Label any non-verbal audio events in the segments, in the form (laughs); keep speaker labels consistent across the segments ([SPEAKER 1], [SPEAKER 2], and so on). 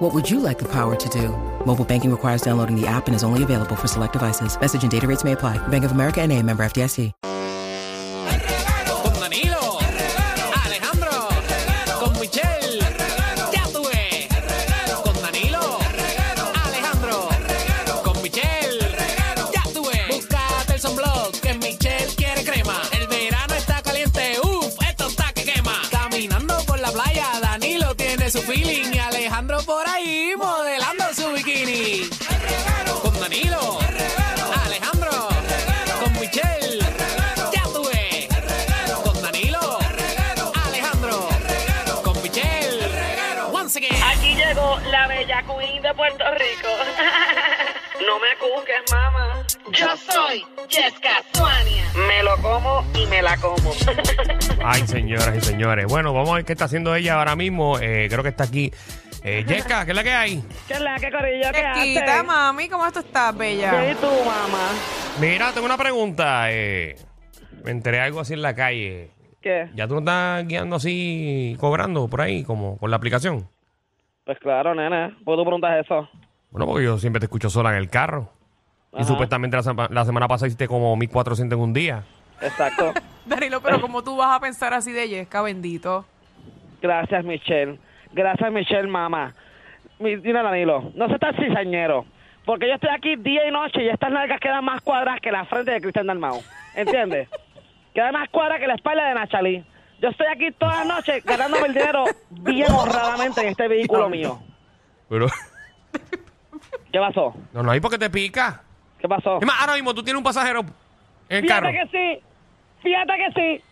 [SPEAKER 1] What would you like the power to do? Mobile banking requires downloading the app and is only available for select devices. Message and data rates may apply. Bank of America and a member FDIC.
[SPEAKER 2] con Danilo, Alejandro, con Michelle, ya tuve, con Danilo, Alejandro, con Michelle, ya tuve, búscate el sunblock que Michelle quiere crema, el verano está caliente, uff, esto está que quema, caminando por la playa, Danilo tiene su feeling y Alejandro por ahí modelando su bikini, con Danilo, Alejandro, con Michelle, ya tuve con Danilo, Alejandro, con Michelle, once again.
[SPEAKER 3] Aquí llegó la bella queen de Puerto Rico. (laughs) No me cuques, mamá. Yo soy Jessica Suania. Me lo como y me la como.
[SPEAKER 4] Ay, señoras y señores. Bueno, vamos a ver qué está haciendo ella ahora mismo. Eh, creo que está aquí. Eh, Yesca, ¿qué es la que hay?
[SPEAKER 3] ¿Qué es la que corillo que
[SPEAKER 5] Chiquita,
[SPEAKER 3] hace?
[SPEAKER 5] mami, ¿cómo tú estás,
[SPEAKER 3] ¿Qué
[SPEAKER 5] bella?
[SPEAKER 3] y tú, mamá?
[SPEAKER 4] Mira, tengo una pregunta. eh. me enteré algo así en la calle.
[SPEAKER 3] ¿Qué?
[SPEAKER 4] ¿Ya tú no estás guiando así, cobrando por ahí, como con la aplicación?
[SPEAKER 3] Pues claro, nena. ¿Por qué tú preguntas eso?
[SPEAKER 4] Bueno, porque yo siempre te escucho sola en el carro. Y
[SPEAKER 3] Ajá.
[SPEAKER 4] supuestamente la, sema- la semana pasada hiciste como 1400 en un día.
[SPEAKER 3] (laughs) Exacto.
[SPEAKER 5] Danilo, pero ¿cómo tú vas a pensar así de Yesca, (laughs) bendito?
[SPEAKER 3] Gracias, Michelle. Gracias, Michelle, mamá. Mi- Mira, Danilo, no seas tan cizañero. Porque yo estoy aquí día y noche y estas nalgas quedan más cuadras que la frente de Cristian Dalmau. ¿Entiendes? Quedan más cuadras que la espalda de Nachalí. Yo estoy aquí toda la noche ganándome el dinero bien honradamente en este vehículo mío.
[SPEAKER 4] Pero (laughs)
[SPEAKER 3] ¿Qué pasó?
[SPEAKER 4] no, no hay porque te pica.
[SPEAKER 3] ¿Qué pasó?
[SPEAKER 4] Es más, ahora mismo tú tienes un pasajero en el carro.
[SPEAKER 3] Fíjate que sí. Fíjate que sí.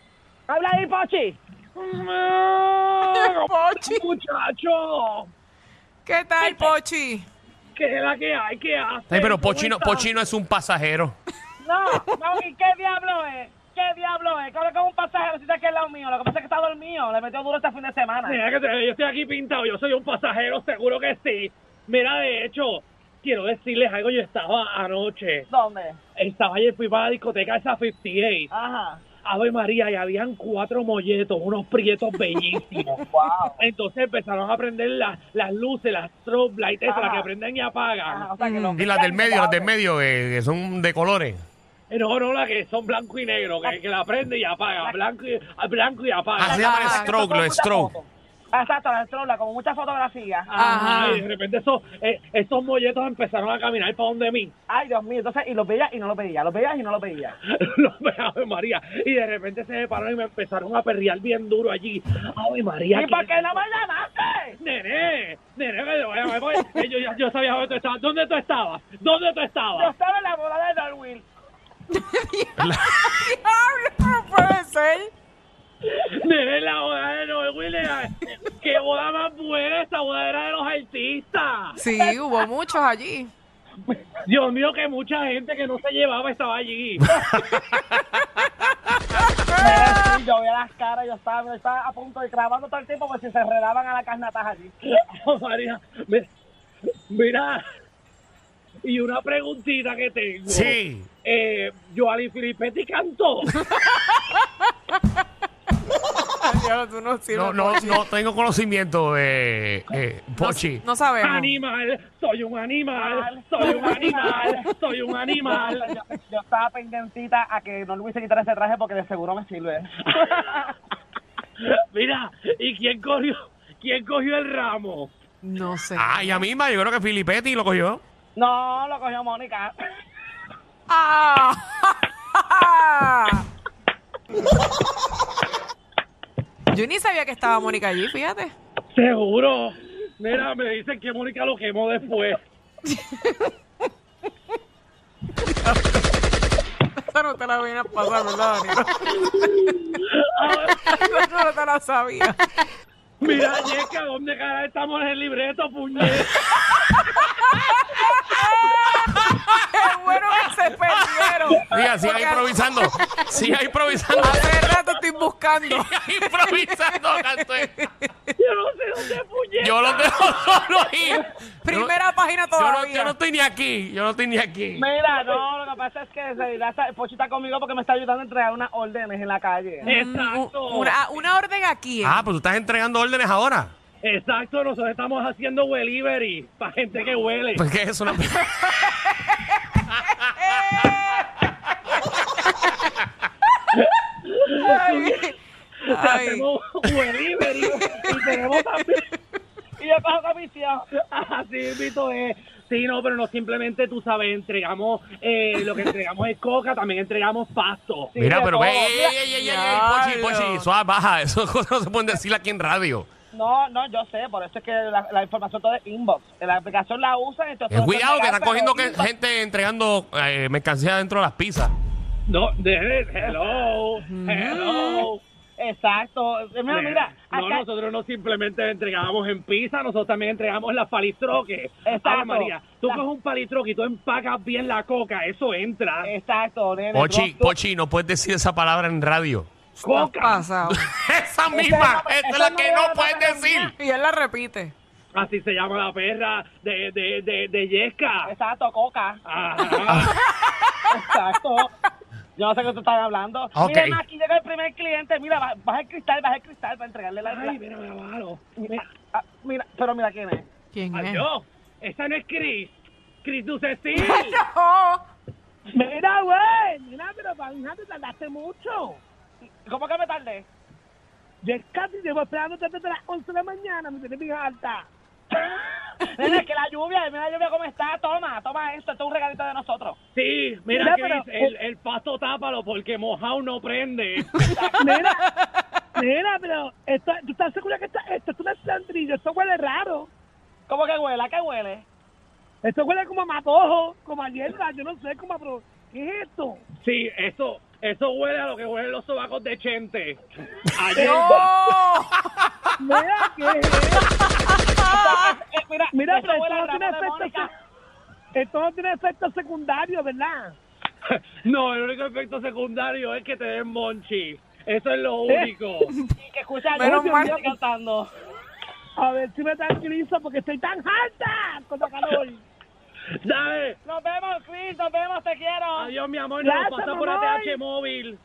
[SPEAKER 3] Habla ahí, Pochi.
[SPEAKER 5] Pochi,
[SPEAKER 3] Muchacho,
[SPEAKER 5] ¿qué tal, Pochi?
[SPEAKER 3] ¿qué es la que hay? ¿Qué hace?
[SPEAKER 4] Ay, pero Pochino, Pochino es un pasajero.
[SPEAKER 3] No, mami, ¿qué diablo es? ¿Qué diablo es? Que hablo con un pasajero si está aquí al lado mío. Lo que pasa es que está dormido. Le metió duro este fin de semana.
[SPEAKER 6] Mira que te- yo estoy aquí pintado, yo soy un pasajero, seguro que sí. Mira, de hecho, quiero decirles algo, yo estaba anoche,
[SPEAKER 3] ¿Dónde?
[SPEAKER 6] estaba ayer, fui para la discoteca esa 58,
[SPEAKER 3] Ajá.
[SPEAKER 6] Ave María, y habían cuatro molletos, unos
[SPEAKER 3] (laughs)
[SPEAKER 6] prietos bellísimos.
[SPEAKER 3] Wow.
[SPEAKER 6] Entonces empezaron a prender las, las luces, las strobe lights, esas,
[SPEAKER 3] Ajá.
[SPEAKER 6] las que prenden y apagan. Mm.
[SPEAKER 3] Ajá, o sea que lo-
[SPEAKER 4] Y las del medio, las del medio, eh, que son de colores.
[SPEAKER 6] Eh, No, no, las que son blanco y negro, que, que la prende y apaga, blanco y, blanco y apaga.
[SPEAKER 4] Ah, se llama el
[SPEAKER 5] Ajá.
[SPEAKER 4] stroke, lo de stroke.
[SPEAKER 3] Exacto, la estrola, con muchas fotografías.
[SPEAKER 6] Ajá,
[SPEAKER 5] Ajá.
[SPEAKER 6] Y de repente esos, eh, esos molletos empezaron a caminar para donde mí.
[SPEAKER 3] Ay, Dios mío. Entonces, y los veía y no los veía. Los veía y no los
[SPEAKER 6] (laughs)
[SPEAKER 3] veía.
[SPEAKER 6] Los ve- Ave María. Y de repente se me pararon y me empezaron a perrear bien duro allí. Ave María.
[SPEAKER 3] ¿Y
[SPEAKER 6] ¿quién
[SPEAKER 3] por qué no me llamaste?
[SPEAKER 6] Nene, nene, que te voy a llamar, porque yo, yo- yo sabía dónde tú estabas. ¿Dónde tú estabas? ¿Dónde tú
[SPEAKER 3] Yo
[SPEAKER 6] estabas?
[SPEAKER 3] estaba en la boda de Darwin.
[SPEAKER 5] Diablo, no puede ser.
[SPEAKER 6] Nene, la boda de Noel Williams. ¡Qué boda más buena! Esta boda era de los artistas.
[SPEAKER 5] (laughs) Sí, hubo muchos allí.
[SPEAKER 6] Dios mío, que mucha gente que no se llevaba estaba allí.
[SPEAKER 3] (laughs) Pero sí, yo veía las caras, yo estaba, yo estaba a punto de grabando todo el tiempo porque si se enredaban a la carnatas allí.
[SPEAKER 6] Ave (laughs) María. Mira, mira. Y una preguntita que tengo.
[SPEAKER 4] Sí.
[SPEAKER 6] Eh, Joali Filippetti cantó.
[SPEAKER 5] Diablo, tú no sirves,
[SPEAKER 4] No, no,
[SPEAKER 5] Pochi.
[SPEAKER 4] no tengo conocimiento de eh, Pochi.
[SPEAKER 5] No sabemos.
[SPEAKER 6] Animal, soy un animal, soy un animal, soy un animal.
[SPEAKER 3] Yo, yo estaba pendientita a que no Luis se quitara ese traje porque de seguro me sirve.
[SPEAKER 6] (laughs) Mira, ¿y quién cogió, quién cogió el ramo?
[SPEAKER 5] No sé.
[SPEAKER 4] Ah, ella misma, yo creo que Filippetti lo cogió.
[SPEAKER 3] No, lo cogió Mónica.
[SPEAKER 5] Ah. Yo ni sabía que estaba Mónica allí, fíjate.
[SPEAKER 6] Seguro. Mira, me dicen que Mónica lo quemó después.
[SPEAKER 5] Esa no te la venía a (laughs) pasar, ¿verdad, Danilo? Esa no te la sabía.
[SPEAKER 6] Mira, Yesca, ¿dónde cara estamos en el libreto, puñet?
[SPEAKER 5] ¡Qué bueno que se
[SPEAKER 4] (laughs)
[SPEAKER 5] perdieron!
[SPEAKER 4] Mira,
[SPEAKER 5] Porque
[SPEAKER 4] siga improvisando. Siga
[SPEAKER 5] (laughs)
[SPEAKER 4] improvisando.
[SPEAKER 5] Hace rato estoy
[SPEAKER 4] (laughs)
[SPEAKER 5] buscando.
[SPEAKER 4] Siga improvisando, canto.
[SPEAKER 6] Yo no sé dónde, puñet.
[SPEAKER 4] Yo los dejo solo ahí.
[SPEAKER 5] Primera página
[SPEAKER 4] Yo no,
[SPEAKER 5] todavía.
[SPEAKER 4] yo no estoy ni aquí. Yo no estoy ni aquí.
[SPEAKER 3] Mira, no, lo que pasa es que en realidad está- Pochi está conmigo porque me está ayudando a entregar unas órdenes en la calle.
[SPEAKER 6] Exacto.
[SPEAKER 5] Mm, Un- Una, ah, una orden aquí.
[SPEAKER 4] Ah, pues tú estás entregando órdenes ahora.
[SPEAKER 6] Exacto, nosotros estamos haciendo delivery para gente que huele.
[SPEAKER 4] Pues que es una.
[SPEAKER 5] Ay. Ay.
[SPEAKER 6] Hacemos delivery y tenemos también...
[SPEAKER 3] Y yo cojo (laughs) comisión.
[SPEAKER 6] Así, Vito, es. Sí, no, pero no simplemente, tú sabes, entregamos, eh, lo que entregamos es coca, también entregamos pasto.
[SPEAKER 3] Sí,
[SPEAKER 4] Mira,
[SPEAKER 3] de
[SPEAKER 4] pero
[SPEAKER 3] todo.
[SPEAKER 4] ve, ey, ey, ey, ey, ey, Pochi, Pochi,
[SPEAKER 5] Diablo.
[SPEAKER 4] suave, baja. (laughs) Esas cosas no se pueden decir aquí en radio.
[SPEAKER 3] No, no, yo sé, por eso es que la, la información toda es inbox. La aplicación la usan, entonces...
[SPEAKER 4] Eh, cuidado, que
[SPEAKER 3] legal,
[SPEAKER 4] están cogiendo
[SPEAKER 3] pero
[SPEAKER 4] que-
[SPEAKER 3] inbox-
[SPEAKER 4] gente entregando eh, mercancía dentro de las pizzas.
[SPEAKER 6] No, de, hello, hello.
[SPEAKER 3] Exacto. Eh, Mira, mira,
[SPEAKER 6] no,
[SPEAKER 3] acá-
[SPEAKER 6] nosotros no simplemente entregábamos en pizza, nosotros también entregamos las palistroques.
[SPEAKER 3] Exacto.
[SPEAKER 6] Ave María, tú
[SPEAKER 3] La-
[SPEAKER 6] coges un palistroque y tú empacas bien la coca, eso entra.
[SPEAKER 3] Exacto, nene.
[SPEAKER 4] Pochi,
[SPEAKER 3] tú- tú-
[SPEAKER 4] Pochi, no puedes decir esa palabra en radio.
[SPEAKER 5] ¿Qué ha
[SPEAKER 6] coca.
[SPEAKER 5] pasado?
[SPEAKER 4] Esa misma,
[SPEAKER 3] no-
[SPEAKER 4] esa es
[SPEAKER 3] esa
[SPEAKER 4] la
[SPEAKER 3] no
[SPEAKER 4] que
[SPEAKER 3] era
[SPEAKER 4] no
[SPEAKER 3] la
[SPEAKER 4] puedes
[SPEAKER 3] palabra
[SPEAKER 4] decir.
[SPEAKER 3] mía.
[SPEAKER 5] Y él la repite.
[SPEAKER 6] Así se llama la perra de, de, de, de Yesca.
[SPEAKER 3] Exacto, coca.
[SPEAKER 6] Ajá.
[SPEAKER 3] (laughs) Exacto. Yo no sé qué te están hablando.
[SPEAKER 4] Ok.
[SPEAKER 3] Mira, ma, aquí llega el primer cliente. Mira, ba- baja el cristal, baja el cristal para entregarle la...
[SPEAKER 6] Ay,
[SPEAKER 3] la-
[SPEAKER 6] mira, mira, bájalo.
[SPEAKER 3] mira, ah, mira, pero mira quién es.
[SPEAKER 5] ¿Quién es?
[SPEAKER 6] Adiós. Esa no es Chris. Chris Ducecil.
[SPEAKER 5] (laughs)
[SPEAKER 3] (laughs)
[SPEAKER 5] No.
[SPEAKER 3] Mira, güey. Mira, pero para mí te tardaste mucho. ¿Cómo que me tardé? Yo casi llevo esperándote desde las 11 de la mañana. Me tienes bien alta. (laughs) Mira, es que la lluvia, mira la lluvia cómo está. Toma, toma esto. Esto es un regalito de nosotros.
[SPEAKER 6] Sí, mira,
[SPEAKER 3] Mira,
[SPEAKER 6] Chris,
[SPEAKER 3] pero-
[SPEAKER 6] el, el pasto tápalo porque mojado no prende.
[SPEAKER 3] Mira, mira, pero esto, ¿tú estás segura que está, esto es una sandrilla? Esto huele raro. ¿Cómo que huele? ¿A qué huele? Esto huele como a matojo, como a hierba, yo no sé, como a... Pero, ¿Qué es esto?
[SPEAKER 6] Sí, eso, eso huele a lo que huelen los sobacos de Chente. Ayer,
[SPEAKER 5] No.
[SPEAKER 3] Mira,
[SPEAKER 6] (laughs)
[SPEAKER 3] ¿qué es Mira, mira pero
[SPEAKER 7] esto
[SPEAKER 3] huele a
[SPEAKER 7] no
[SPEAKER 3] ramo
[SPEAKER 7] tiene
[SPEAKER 3] de
[SPEAKER 7] efecto
[SPEAKER 3] Mónica.
[SPEAKER 7] Esto no tiene efecto secundario, ¿verdad?
[SPEAKER 6] (laughs) no, el único efecto secundario es que te den monchi. Eso es lo
[SPEAKER 7] (laughs)
[SPEAKER 6] único.
[SPEAKER 3] Y que escucha
[SPEAKER 5] Menos
[SPEAKER 3] Lucio
[SPEAKER 5] mal.
[SPEAKER 3] Miguel cantando.
[SPEAKER 7] A ver si me tranquilizo porque estoy tan alta con la calor.
[SPEAKER 6] Dale,
[SPEAKER 3] Nos vemos, Chris, nos vemos, te quiero.
[SPEAKER 6] adiós, mi amor,
[SPEAKER 7] Gracias,
[SPEAKER 6] nos pasa por
[SPEAKER 7] mamá.
[SPEAKER 6] ATH móvil.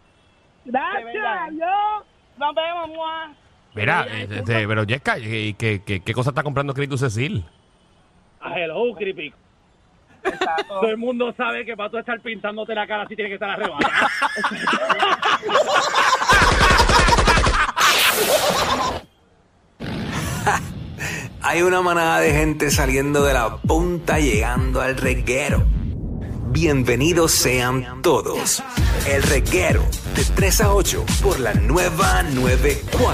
[SPEAKER 3] Que venga.
[SPEAKER 7] Gracias, yo.
[SPEAKER 3] Nos vemos, mua.
[SPEAKER 4] Mira, este, pero Yesca, ¿qué, qué, qué- qué cosa está comprando Cristo Cecil?
[SPEAKER 6] A hello, creepy. Todo el mundo sabe que para tú estar pintándote la cara así tiene que estar arrebatada.
[SPEAKER 8] Hay una manada de gente saliendo de la punta llegando al reguero. Bienvenidos sean todos. El reguero de 3 a 8 por la nueva 94.